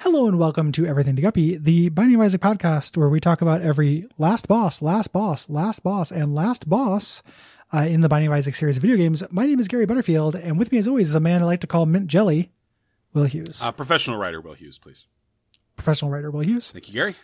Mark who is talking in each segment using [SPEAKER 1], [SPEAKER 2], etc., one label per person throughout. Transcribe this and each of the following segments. [SPEAKER 1] Hello and welcome to Everything to Guppy, the Binding of Isaac podcast, where we talk about every last boss, last boss, last boss, and last boss uh, in the Binding of Isaac series of video games. My name is Gary Butterfield, and with me, as always, is a man I like to call Mint Jelly, Will Hughes.
[SPEAKER 2] Uh, professional writer Will Hughes, please.
[SPEAKER 1] Professional writer Will Hughes,
[SPEAKER 2] Thank you, Gary.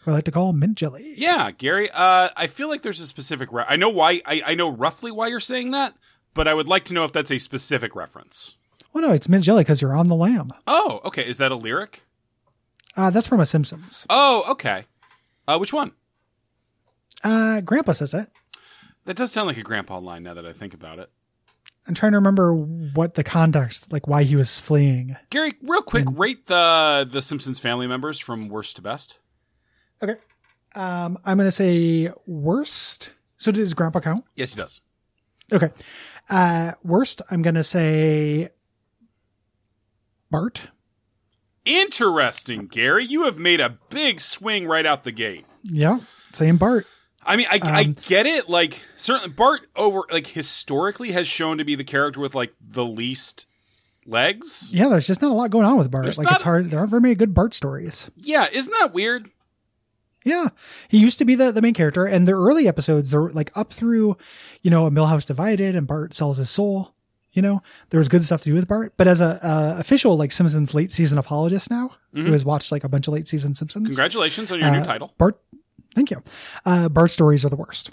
[SPEAKER 1] who I like to call Mint Jelly.
[SPEAKER 2] Yeah, Gary. Uh, I feel like there's a specific. Re- I know why. I, I know roughly why you're saying that, but I would like to know if that's a specific reference.
[SPEAKER 1] Oh, no, it's Mint Jelly because you're on the lamb.
[SPEAKER 2] Oh, okay. Is that a lyric?
[SPEAKER 1] Uh, that's from a Simpsons.
[SPEAKER 2] Oh, okay. Uh, which one?
[SPEAKER 1] Uh, Grandpa says it.
[SPEAKER 2] That does sound like a grandpa line. Now that I think about it,
[SPEAKER 1] I'm trying to remember what the context, like why he was fleeing.
[SPEAKER 2] Gary, real quick, rate the the Simpsons family members from worst to best.
[SPEAKER 1] Okay. Um, I'm going to say worst. So does Grandpa count?
[SPEAKER 2] Yes, he does.
[SPEAKER 1] Okay. Uh, worst, I'm going to say Bart.
[SPEAKER 2] Interesting, Gary. You have made a big swing right out the gate.
[SPEAKER 1] Yeah. Same Bart.
[SPEAKER 2] I mean, I, I
[SPEAKER 1] Um,
[SPEAKER 2] get it. Like, certainly Bart over like historically has shown to be the character with like the least legs.
[SPEAKER 1] Yeah, there's just not a lot going on with Bart.
[SPEAKER 2] There's
[SPEAKER 1] like,
[SPEAKER 2] not-
[SPEAKER 1] it's hard. There aren't very many good Bart stories.
[SPEAKER 2] Yeah, isn't that weird?
[SPEAKER 1] Yeah. He used to be the, the main character. And the early episodes, they're like up through, you know, a Millhouse Divided and Bart sells his soul. You know, there was good stuff to do with Bart. But as a, uh official, like Simpsons late season apologist now, who has watched like a bunch of late season Simpsons.
[SPEAKER 2] Congratulations Mm-hmm. on your
[SPEAKER 1] uh,
[SPEAKER 2] new title.
[SPEAKER 1] Bart. Thank you. Uh, Bart stories are the worst.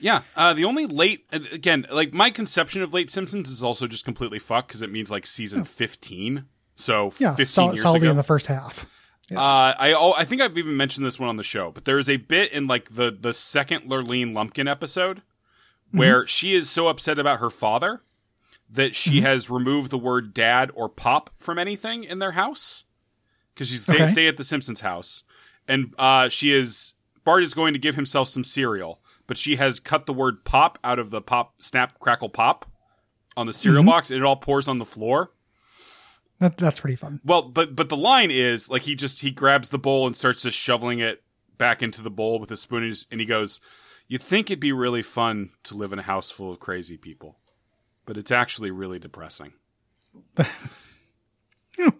[SPEAKER 2] Yeah, uh, the only late and again, like my conception of late Simpsons is also just completely fucked because it means like season fifteen. So
[SPEAKER 1] Oh. Yeah.
[SPEAKER 2] fifteen
[SPEAKER 1] Sol-
[SPEAKER 2] years
[SPEAKER 1] solidly
[SPEAKER 2] ago.
[SPEAKER 1] in the first half.
[SPEAKER 2] Uh, I al- I think I've even mentioned this one on the show, but there is a bit in like the the second Lurleen Lumpkin episode where she is so upset about her father that she has removed the word dad or pop from anything in their house because she's stay,
[SPEAKER 1] Okay.
[SPEAKER 2] stay at the Simpsons house, and uh, she is Bart is going to give himself some cereal, but she has cut the word pop out of the pop snap crackle pop on the cereal box, and it all pours on the floor.
[SPEAKER 1] That, that's pretty fun.
[SPEAKER 2] Well, but but the line is like he just he grabs the bowl and starts just shoveling it back into the bowl with a spoon, and, just, and he goes, "You'd think it'd be really fun to live in a house full of crazy people, but it's actually really depressing."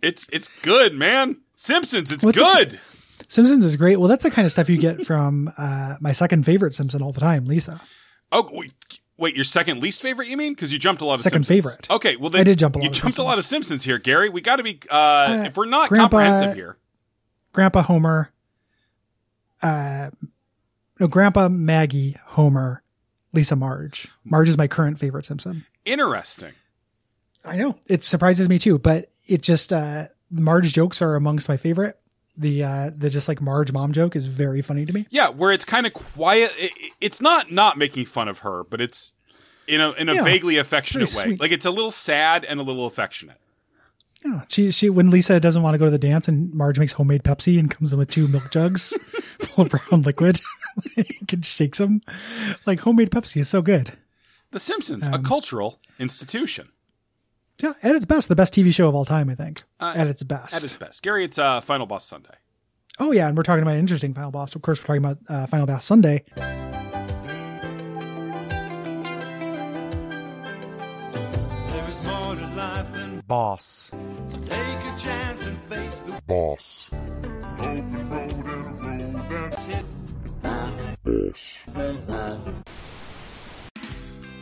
[SPEAKER 2] it's it's good, man. Simpsons, it's
[SPEAKER 1] What's
[SPEAKER 2] good.
[SPEAKER 1] Simpsons is great. Well, that's the kind of stuff you get from uh, my second favorite Simpson all the time, Lisa.
[SPEAKER 2] Oh wait, wait, your second least favorite? You mean? Because you jumped a lot of
[SPEAKER 1] Second
[SPEAKER 2] Simpsons.
[SPEAKER 1] favorite.
[SPEAKER 2] Okay, well then
[SPEAKER 1] I did jump a lot
[SPEAKER 2] You
[SPEAKER 1] of
[SPEAKER 2] jumped a lot of Simpsons here, Gary. We got to be uh, if we're not
[SPEAKER 1] Grandpa-
[SPEAKER 2] comprehensive here.
[SPEAKER 1] Grandpa Homer, uh, no, Grandpa Maggie Homer, Lisa Marge. Marge is my current favorite Simpson.
[SPEAKER 2] Interesting.
[SPEAKER 1] I know it surprises me too, but it just uh, Marge jokes are amongst my favorite. The uh, the just like Marge mom joke is very funny to me.
[SPEAKER 2] Yeah, where it's kind of quiet. It, it- it's not not making fun of her, but it's in a in a
[SPEAKER 1] Yeah,
[SPEAKER 2] vaguely affectionate
[SPEAKER 1] pretty
[SPEAKER 2] way.
[SPEAKER 1] sweet.
[SPEAKER 2] Like it's a little sad and a little affectionate.
[SPEAKER 1] Yeah, she she when Lisa doesn't want to go to the dance and Marge makes homemade Pepsi and comes in with two milk jugs full of brown liquid and shakes them. Like homemade Pepsi is so good.
[SPEAKER 2] The Simpsons,
[SPEAKER 1] Um,
[SPEAKER 2] a cultural institution
[SPEAKER 1] Yeah, at its best, the best TV show of all time, I think.
[SPEAKER 2] Uh,
[SPEAKER 1] at its best.
[SPEAKER 2] at its best. Gary, it's uh, Final Boss Sunday.
[SPEAKER 1] oh yeah, and we're talking about an interesting Final Boss. Of course, we're talking about uh, Final Boss Sunday.
[SPEAKER 3] There is more to life than
[SPEAKER 4] boss.
[SPEAKER 3] so take a chance and face the
[SPEAKER 4] Boss.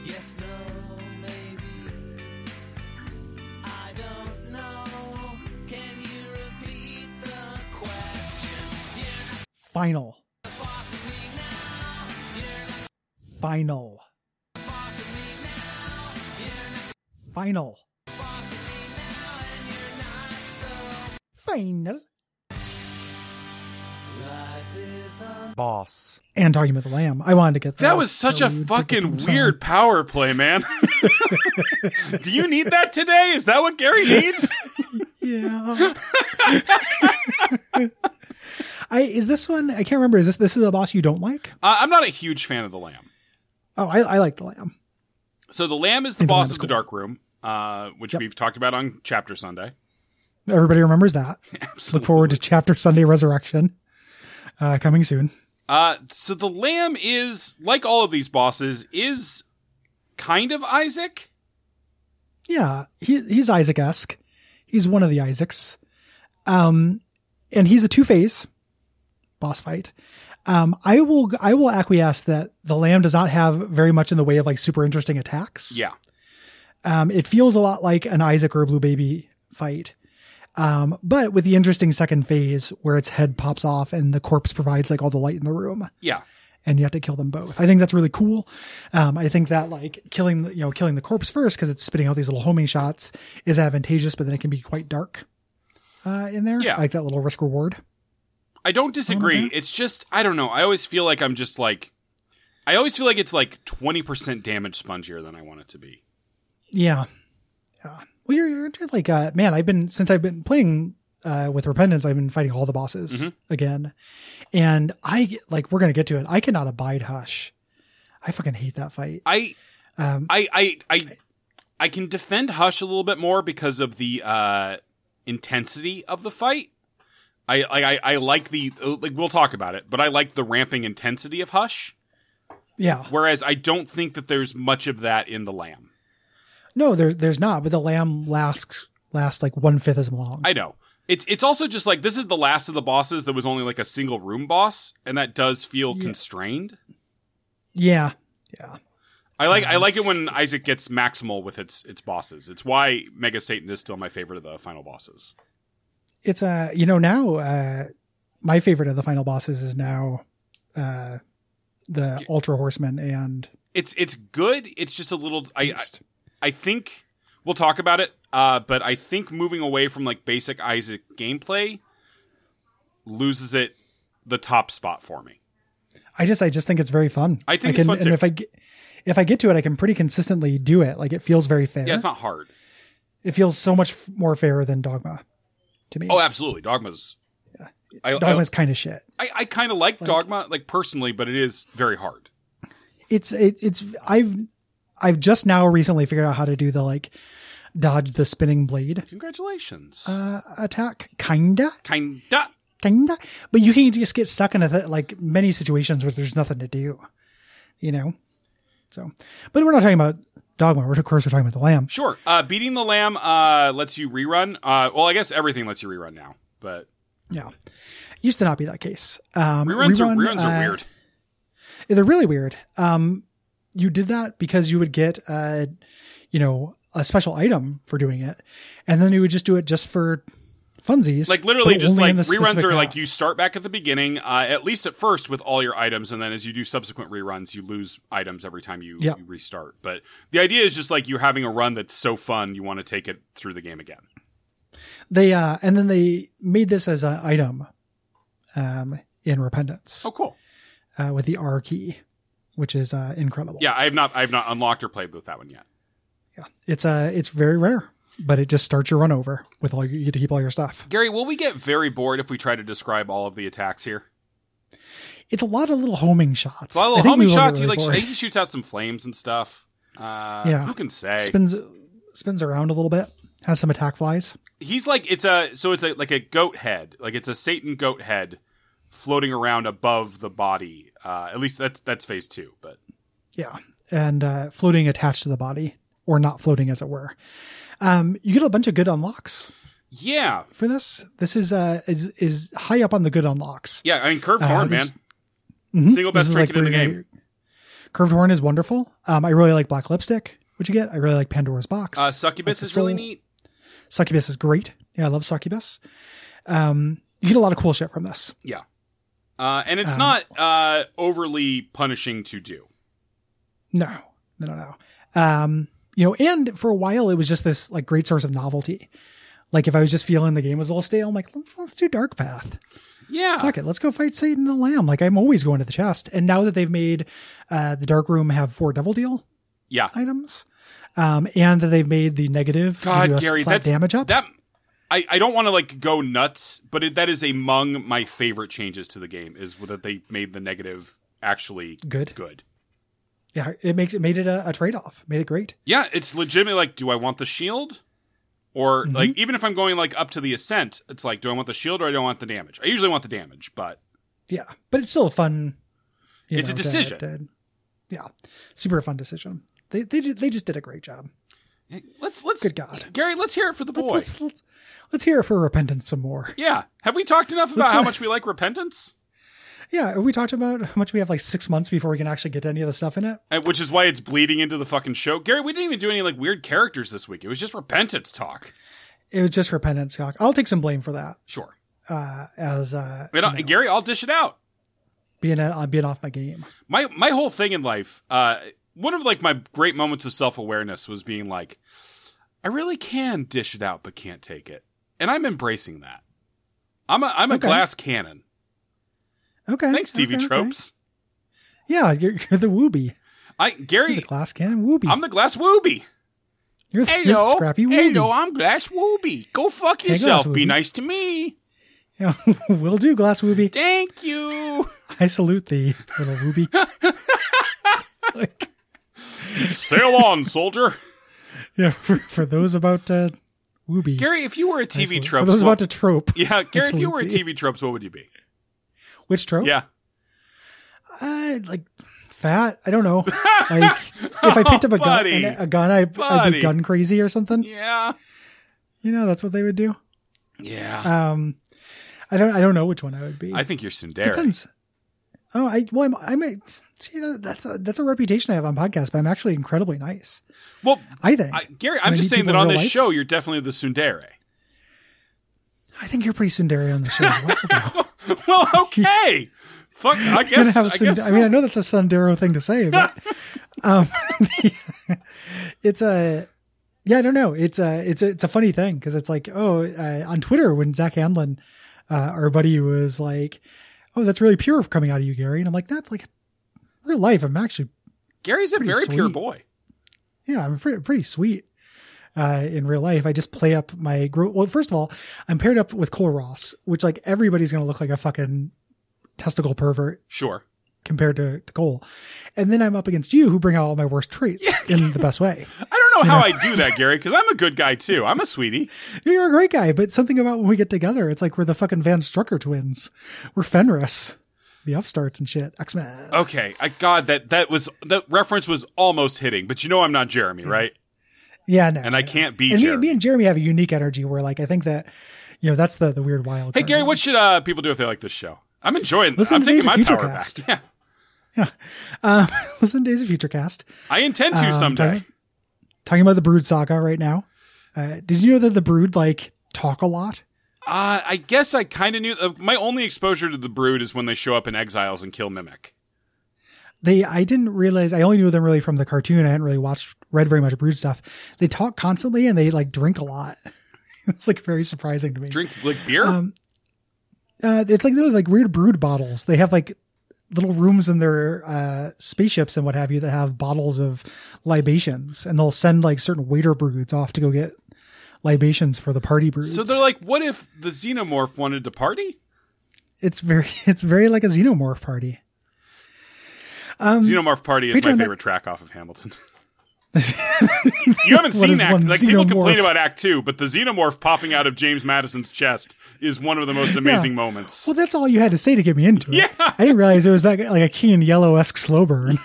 [SPEAKER 3] yes, no, maybe. I don't know. Can you repeat the question?
[SPEAKER 1] Final. Final. Final. Final.
[SPEAKER 4] Boss.
[SPEAKER 1] And talking about the lamb. I wanted to get
[SPEAKER 2] That was such
[SPEAKER 1] so
[SPEAKER 2] a
[SPEAKER 1] we would pick the
[SPEAKER 2] fucking
[SPEAKER 1] theme song.
[SPEAKER 2] weird power play, man. Do you need that today? Is that what Gary needs?
[SPEAKER 1] Yeah. I is this one? I can't remember. Is this this is a boss you don't like?
[SPEAKER 2] uh, I'm not a huge fan of the Lamb.
[SPEAKER 1] Oh, I, I like the lamb.
[SPEAKER 2] So the Lamb
[SPEAKER 1] I
[SPEAKER 2] is the
[SPEAKER 1] think the Lamb
[SPEAKER 2] boss
[SPEAKER 1] is
[SPEAKER 2] of the
[SPEAKER 1] cool.
[SPEAKER 2] Dark Room, uh, which
[SPEAKER 1] Yep.
[SPEAKER 2] we've talked about on Chapter Sunday.
[SPEAKER 1] Everybody remembers that. Look forward to Chapter Sunday Resurrection uh, coming soon.
[SPEAKER 2] Uh, so the lamb is like all of these bosses is kind of Isaac.
[SPEAKER 1] Yeah, he, he's Isaac esque. He's one of the Isaacs. Um, and he's a Two Face boss fight. Um, I will I will acquiesce that the Lamb does not have very much in the way of like super interesting attacks.
[SPEAKER 2] Yeah.
[SPEAKER 1] Um, it feels a lot like an Isaac or Blue Baby fight. Um, but with the interesting second phase where its head pops off and the corpse provides like all the light in the room
[SPEAKER 2] Yeah.
[SPEAKER 1] and you have to kill them both. I think that's really cool. Um, I think that like killing, the- you know, killing the corpse first because it's spitting out these little homing shots is advantageous, but then it can be quite dark uh, in there.
[SPEAKER 2] Yeah.
[SPEAKER 1] I like that little risk reward.
[SPEAKER 2] I don't disagree. It's just I don't know. I always feel like I'm just like I always feel like it's like 20% damage spongier than I want it to be.
[SPEAKER 1] Yeah. Yeah. Well, you're, you're into, like, uh, man, I've been, since I've been playing, uh, with Repentance, I've been fighting all the bosses
[SPEAKER 2] Mm-hmm.
[SPEAKER 1] again. And I, like, we're going to get to it. I cannot abide Hush. I fucking hate that fight.
[SPEAKER 2] I
[SPEAKER 1] Um,
[SPEAKER 2] I I I I can defend Hush a little bit more because of the uh intensity of the fight. I I I, I like the like we'll talk about it, but I like the ramping intensity of Hush.
[SPEAKER 1] yeah.
[SPEAKER 2] Whereas I don't think that there's much of that in the Lamb.
[SPEAKER 1] No, there, there's not, but the lamb lasts, lasts like one fifth as long.
[SPEAKER 2] I know. It's it's also just like this is the last of the bosses that was only like a single room boss, and that does feel
[SPEAKER 1] Yeah.
[SPEAKER 2] constrained.
[SPEAKER 1] yeah. Yeah.
[SPEAKER 2] I like I like it when Isaac gets maximal with its its bosses. It's why Mega Satan is still my favorite of the final bosses.
[SPEAKER 1] It's, uh, you know, now, uh, my favorite of the final bosses is now, uh, the Ultra Horseman and
[SPEAKER 2] It's it's good. It's just a little. I I, I think we'll talk about it. Uh, but I think moving away from like basic Isaac gameplay loses it the top spot for me.
[SPEAKER 1] I just I just think it's very fun.
[SPEAKER 2] I think
[SPEAKER 1] can,
[SPEAKER 2] it's fun,
[SPEAKER 1] and
[SPEAKER 2] too.
[SPEAKER 1] if I get, if I get to it, I can pretty consistently do it. Like it feels very fair.
[SPEAKER 2] Yeah, it's not hard.
[SPEAKER 1] it feels so much f- more fair than Dogma to me.
[SPEAKER 2] Oh, absolutely. Dogma's. I, I,
[SPEAKER 1] Dogma's kind of shit.
[SPEAKER 2] I, I kind of like Dogma, like personally, but it is very hard.
[SPEAKER 1] It's it, it's I've I've just now recently figured out how to do the like dodge the spinning blade
[SPEAKER 2] Congratulations.
[SPEAKER 1] uh, attack. Kinda,
[SPEAKER 2] Kinda.
[SPEAKER 1] kinda, but you can just get stuck in a th- like many situations where there's nothing to do. You know, so but we're not talking about Dogma. We're of course we're talking about the Lamb.
[SPEAKER 2] Sure. Uh, Beating the Lamb uh, lets you rerun. Uh, well, I guess everything lets you rerun now, but
[SPEAKER 1] Yeah. Used to not be that case. Um,
[SPEAKER 2] reruns, are,
[SPEAKER 1] rerun,
[SPEAKER 2] reruns are
[SPEAKER 1] uh,
[SPEAKER 2] weird.
[SPEAKER 1] They're really weird. Um, you did that because you would get, uh, you know, a special item for doing it, and then you would just do it just for funsies.
[SPEAKER 2] Like literally,
[SPEAKER 1] but
[SPEAKER 2] just
[SPEAKER 1] only
[SPEAKER 2] like
[SPEAKER 1] in the
[SPEAKER 2] reruns
[SPEAKER 1] specific
[SPEAKER 2] are like
[SPEAKER 1] path.
[SPEAKER 2] you start back at the beginning, uh, at least at first with all your items, and then as you do subsequent reruns, you lose items every time you,
[SPEAKER 1] Yeah.
[SPEAKER 2] you restart. But the idea is just like you're having a run that's so fun, you want to take it through the game again.
[SPEAKER 1] They uh, and then they made this as an item, um, in Repentance
[SPEAKER 2] Oh, cool.
[SPEAKER 1] uh, with the R key, which is uh, incredible.
[SPEAKER 2] Yeah, I have not, I have not unlocked or played with that one yet.
[SPEAKER 1] yeah. It's uh, it's very rare, but it just starts your run over with all your, you get to keep all your stuff.
[SPEAKER 2] Gary, will we get very bored if we try to describe all of the attacks here?
[SPEAKER 1] It's a lot of little homing shots.
[SPEAKER 2] A lot of
[SPEAKER 1] I
[SPEAKER 2] little
[SPEAKER 1] think we
[SPEAKER 2] homing
[SPEAKER 1] will get
[SPEAKER 2] shots. He
[SPEAKER 1] really
[SPEAKER 2] like sh-
[SPEAKER 1] bored.
[SPEAKER 2] he shoots out some flames and stuff. Uh,
[SPEAKER 1] Yeah.
[SPEAKER 2] who can say?
[SPEAKER 1] spins spins around a little bit has some attack flies
[SPEAKER 2] He's like it's a so it's a like a goat head, like it's a Satan goat head floating around above the body. Uh, at least that's that's phase two. But
[SPEAKER 1] yeah and uh, floating attached to the body or not floating as it were um, you get a bunch of good unlocks
[SPEAKER 2] yeah,
[SPEAKER 1] for this this is uh is, is high up on the good unlocks
[SPEAKER 2] yeah. I mean, curved
[SPEAKER 1] Uh,
[SPEAKER 2] horn,
[SPEAKER 1] this-
[SPEAKER 2] man.
[SPEAKER 1] Mhm.
[SPEAKER 2] Single best
[SPEAKER 1] This is
[SPEAKER 2] trinket in the
[SPEAKER 1] where
[SPEAKER 2] game.
[SPEAKER 1] you- curved horn is wonderful um, i really like black lipstick which you get i really like pandora's box
[SPEAKER 2] Uh, succubus
[SPEAKER 1] Like the
[SPEAKER 2] is really
[SPEAKER 1] soul.
[SPEAKER 2] neat.
[SPEAKER 1] succubus is great yeah i love succubus um, you get a lot of cool shit from this
[SPEAKER 2] Yeah, uh, and it's
[SPEAKER 1] Um,
[SPEAKER 2] not uh, overly punishing to do.
[SPEAKER 1] No, no, no, no. Um, you know, and for a while it was just this like great source of novelty. Like if I was just feeling the game was a little stale, I'm like, let's, let's do Dark Path.
[SPEAKER 2] Yeah,
[SPEAKER 1] Fuck it, let's go fight Satan and the Lamb. Like I'm always going to the chest. And now that they've made uh, the Dark Room have four Devil Deal
[SPEAKER 2] yeah.
[SPEAKER 1] items, um, and that they've made the negative give
[SPEAKER 2] God,
[SPEAKER 1] us
[SPEAKER 2] Gary,
[SPEAKER 1] flat
[SPEAKER 2] that's
[SPEAKER 1] damage up.
[SPEAKER 2] That I, I don't want to like go nuts, but it, that is among my favorite changes to the game is that they made the negative actually
[SPEAKER 1] Good.
[SPEAKER 2] Good.
[SPEAKER 1] yeah, it makes it made it a, a trade off. Made it great.
[SPEAKER 2] Yeah, it's legitimately like, do I want the shield? Or
[SPEAKER 1] Mm-hmm.
[SPEAKER 2] like, even if I'm going like up to the ascent, it's like, do I want the shield or I don't want the damage? I usually want the damage, but
[SPEAKER 1] Yeah, but it's still a fun. you
[SPEAKER 2] It's a
[SPEAKER 1] to-
[SPEAKER 2] decision.
[SPEAKER 1] to- yeah, super fun decision. They they ju- they just did a great job.
[SPEAKER 2] Let's let's
[SPEAKER 1] Good God.
[SPEAKER 2] Gary. Let's hear it for the boy.
[SPEAKER 1] Let's, let's let's hear it for repentance some more.
[SPEAKER 2] yeah. Have we talked enough about
[SPEAKER 1] Let's-
[SPEAKER 2] how much we like repentance?
[SPEAKER 1] Yeah, we talked about how much we have like six months before we can actually get to any of the stuff in it.
[SPEAKER 2] And- Uh, Which is why it's bleeding into the fucking show. Gary, we didn't even do any like weird characters this week. It was just repentance talk.
[SPEAKER 1] It was just repentance, Scott. I'll take some blame for that.
[SPEAKER 2] Sure.
[SPEAKER 1] Uh, as uh,
[SPEAKER 2] And, I-
[SPEAKER 1] you know,
[SPEAKER 2] Gary, I'll dish it out.
[SPEAKER 1] being a, uh, being off my game.
[SPEAKER 2] my my whole thing in life uh one of like my great moments of self-awareness was being like i really can dish it out but can't take it and i'm embracing that i'm a i'm a
[SPEAKER 1] Okay.
[SPEAKER 2] glass cannon
[SPEAKER 1] Okay.
[SPEAKER 2] thanks stevie
[SPEAKER 1] okay, okay.
[SPEAKER 2] tropes
[SPEAKER 1] Yeah, you're, you're the wooby.
[SPEAKER 2] i
[SPEAKER 1] You're the
[SPEAKER 2] gary
[SPEAKER 1] glass cannon wooby.
[SPEAKER 2] i'm the glass wooby
[SPEAKER 1] you're, the,
[SPEAKER 2] hey
[SPEAKER 1] you're the
[SPEAKER 2] yo
[SPEAKER 1] scrappy
[SPEAKER 2] hey
[SPEAKER 1] wooby.
[SPEAKER 2] yo i'm glass wooby go fuck
[SPEAKER 1] Glass
[SPEAKER 2] yourself be
[SPEAKER 1] Wooby.
[SPEAKER 2] nice to me
[SPEAKER 1] Yeah, will do, glass wooby.
[SPEAKER 2] thank you
[SPEAKER 1] I salute thee, little wooby. like,
[SPEAKER 2] sail on soldier
[SPEAKER 1] yeah, for, for those about uh, wooby.
[SPEAKER 2] gary if you were a
[SPEAKER 1] I
[SPEAKER 2] tv
[SPEAKER 1] salute-
[SPEAKER 2] tropes
[SPEAKER 1] For those
[SPEAKER 2] what-
[SPEAKER 1] about to trope.
[SPEAKER 2] yeah gary if you were a
[SPEAKER 1] salute thee.
[SPEAKER 2] tv tropes what would you be
[SPEAKER 1] Which trope?
[SPEAKER 2] yeah
[SPEAKER 1] Uh, like fat. I don't know. Like if I picked up a gun,
[SPEAKER 2] Buddy.
[SPEAKER 1] and a gun, I, I'd
[SPEAKER 2] Buddy.
[SPEAKER 1] be gun crazy or something.
[SPEAKER 2] yeah
[SPEAKER 1] You know, that's what they would do.
[SPEAKER 2] yeah
[SPEAKER 1] Um, I don't. I don't know which one I would be.
[SPEAKER 2] I think you're Sundari.
[SPEAKER 1] Depends. Oh, I well, I'm, I'm a, see that- that's a that's a reputation I have on podcasts, but I'm actually incredibly nice.
[SPEAKER 2] Well,
[SPEAKER 1] I think.
[SPEAKER 2] I,
[SPEAKER 1] I,
[SPEAKER 2] Gary,
[SPEAKER 1] I
[SPEAKER 2] I'm just
[SPEAKER 1] need
[SPEAKER 2] saying
[SPEAKER 1] people
[SPEAKER 2] that
[SPEAKER 1] in
[SPEAKER 2] on
[SPEAKER 1] real
[SPEAKER 2] this
[SPEAKER 1] life.
[SPEAKER 2] show, you're definitely the Sundere.
[SPEAKER 1] think you're pretty Sundari on the show. What the-
[SPEAKER 2] well, okay. Fuck, I
[SPEAKER 1] I'm gonna
[SPEAKER 2] guess.
[SPEAKER 1] have a
[SPEAKER 2] I
[SPEAKER 1] Sund-
[SPEAKER 2] guess.
[SPEAKER 1] I mean, I know that's a Sundaro thing to say, but um, it's a yeah. I don't know. It's a it's a, it's a funny thing because it's like oh, uh, on Twitter when Zach Hanlon, uh, our buddy, was like, oh, that's really pure coming out of you, Gary, and I'm like, that's like real life. I'm actually
[SPEAKER 2] Gary's a
[SPEAKER 1] pretty
[SPEAKER 2] very pure
[SPEAKER 1] sweet.
[SPEAKER 2] boy.
[SPEAKER 1] yeah, I'm pretty, pretty sweet uh, in real life. I just play up my gro Well, first of all, I'm paired up with Cole Ross, which like everybody's gonna look like a fucking testicle pervert
[SPEAKER 2] Sure.
[SPEAKER 1] compared to, to Cole. And then I'm up against you, who bring out all my worst traits in the best way.
[SPEAKER 2] I don't know how I do that, Gary, because I'm a good guy too. I'm a sweetie.
[SPEAKER 1] You're a great guy, but something about when we get together, it's like we're the fucking Van Strucker twins. We're Fenris, the upstarts and shit. X Men.
[SPEAKER 2] Okay. I God, that that was that reference was almost hitting, but you know I'm not Jeremy, right?
[SPEAKER 1] yeah, no.
[SPEAKER 2] And I can't be
[SPEAKER 1] And me,
[SPEAKER 2] Jeremy.
[SPEAKER 1] me and Jeremy have a unique energy where like I think that you know that's the the weird wild.
[SPEAKER 2] hey,
[SPEAKER 1] card
[SPEAKER 2] Gary,
[SPEAKER 1] one.
[SPEAKER 2] what should uh, people do if they like this show? I'm enjoying.
[SPEAKER 1] Listen
[SPEAKER 2] I'm
[SPEAKER 1] to
[SPEAKER 2] taking
[SPEAKER 1] Days of
[SPEAKER 2] my
[SPEAKER 1] Future
[SPEAKER 2] power
[SPEAKER 1] Cast.
[SPEAKER 2] back. Yeah,
[SPEAKER 1] Um, listen to Days of Future Cast.
[SPEAKER 2] I intend to
[SPEAKER 1] Um,
[SPEAKER 2] someday.
[SPEAKER 1] Talking, talking about the Brood saga right now. Uh, did you know that the Brood like talk a lot?
[SPEAKER 2] Uh, I guess I kind of knew. Uh, my only exposure to the Brood is when they show up in Exiles and kill Mimic.
[SPEAKER 1] They, I didn't realize. I only knew them really from the cartoon. I hadn't really watched, read very much Brood stuff. They talk constantly and they like drink a lot. it's like very surprising to me.
[SPEAKER 2] Drink like beer.
[SPEAKER 1] Um, uh, it's like those like weird Brood bottles. They have like little rooms in their uh, spaceships and what have you that have bottles of libations, and they'll send like certain waiter broods off to go get libations for the party broods.
[SPEAKER 2] So they're like, what if the xenomorph wanted to party?
[SPEAKER 1] it's very it's very like a xenomorph party. Um,
[SPEAKER 2] Xenomorph party is my
[SPEAKER 1] Patreon-
[SPEAKER 2] favorite track off of Hamilton. you
[SPEAKER 1] What
[SPEAKER 2] haven't seen
[SPEAKER 1] is
[SPEAKER 2] Act
[SPEAKER 1] one
[SPEAKER 2] like people
[SPEAKER 1] xenomorph?
[SPEAKER 2] complain about Act Two, but the xenomorph popping out of James Madison's chest is one of the most amazing moments.
[SPEAKER 1] well, that's all you had to say to get me into it.
[SPEAKER 2] Yeah.
[SPEAKER 1] I didn't realize it was that like a Keen Yellow esque slow burn.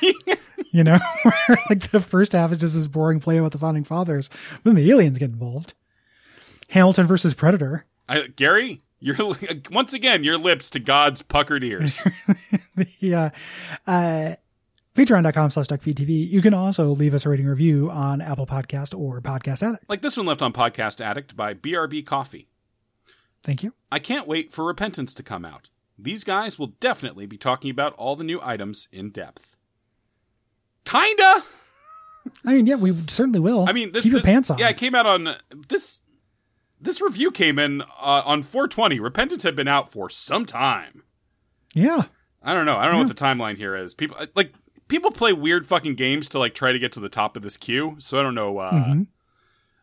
[SPEAKER 1] you know, where like the first half is just this boring play about the founding fathers, but then the aliens get involved. Hamilton versus Predator.
[SPEAKER 2] I, Gary, you're once again your lips to God's puckered ears.
[SPEAKER 1] the uh, uh, patreon.com slash duckfeedtv. You can also leave us a rating review on Apple Podcast or Podcast Addict.
[SPEAKER 2] like this one left on Podcast Addict by BRB Coffee.
[SPEAKER 1] Thank you.
[SPEAKER 2] I can't wait for Repentance to come out. These guys will definitely be talking about all the new items in depth. Kinda.
[SPEAKER 1] I mean, yeah, we certainly will.
[SPEAKER 2] I mean, this,
[SPEAKER 1] keep your
[SPEAKER 2] this-
[SPEAKER 1] pants on.
[SPEAKER 2] Yeah, it came out on this. This review came in uh, on 420. Repentance had been out for some time.
[SPEAKER 1] yeah.
[SPEAKER 2] I don't know. I don't know what the timeline here is. People uh, like people play weird fucking games to like try to get to the top of this queue. So I don't know. Uh,
[SPEAKER 1] Mm-hmm.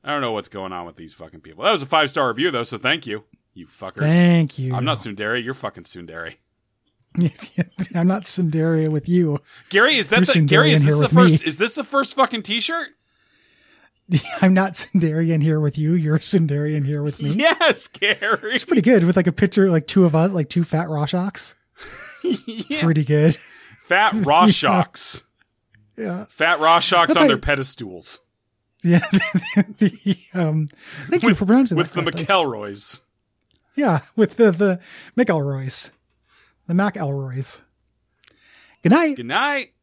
[SPEAKER 2] I don't know what's going on with these fucking people. That was a five star review though, so thank you, you fuckers.
[SPEAKER 1] Thank you.
[SPEAKER 2] I'm not Sundari. You're fucking Sundari.
[SPEAKER 1] I'm not Sundaria with you.
[SPEAKER 2] Gary, is that
[SPEAKER 1] You're
[SPEAKER 2] the, Gary?
[SPEAKER 1] Sundari
[SPEAKER 2] Is
[SPEAKER 1] in
[SPEAKER 2] this
[SPEAKER 1] here
[SPEAKER 2] the
[SPEAKER 1] with
[SPEAKER 2] first? Is this the first fucking T-shirt?
[SPEAKER 1] I'm not Sundarian here with you. You're Sundarian here with me.
[SPEAKER 2] Yes, Gary.
[SPEAKER 1] It's pretty good with like a picture, like two of us, like two fat Rorschachs.
[SPEAKER 2] Yeah.
[SPEAKER 1] Pretty good.
[SPEAKER 2] Fat Rorschachs.
[SPEAKER 1] Yeah.
[SPEAKER 2] Fat Rorschachs
[SPEAKER 1] That's
[SPEAKER 2] on
[SPEAKER 1] how
[SPEAKER 2] their
[SPEAKER 1] you-
[SPEAKER 2] pedestals.
[SPEAKER 1] Yeah, the, the, um, thank you for pronouncing
[SPEAKER 2] with
[SPEAKER 1] that
[SPEAKER 2] the
[SPEAKER 1] correctly.
[SPEAKER 2] McElroys.
[SPEAKER 1] Yeah, with the the McElroys, the McElroys. Good night.
[SPEAKER 2] Good night.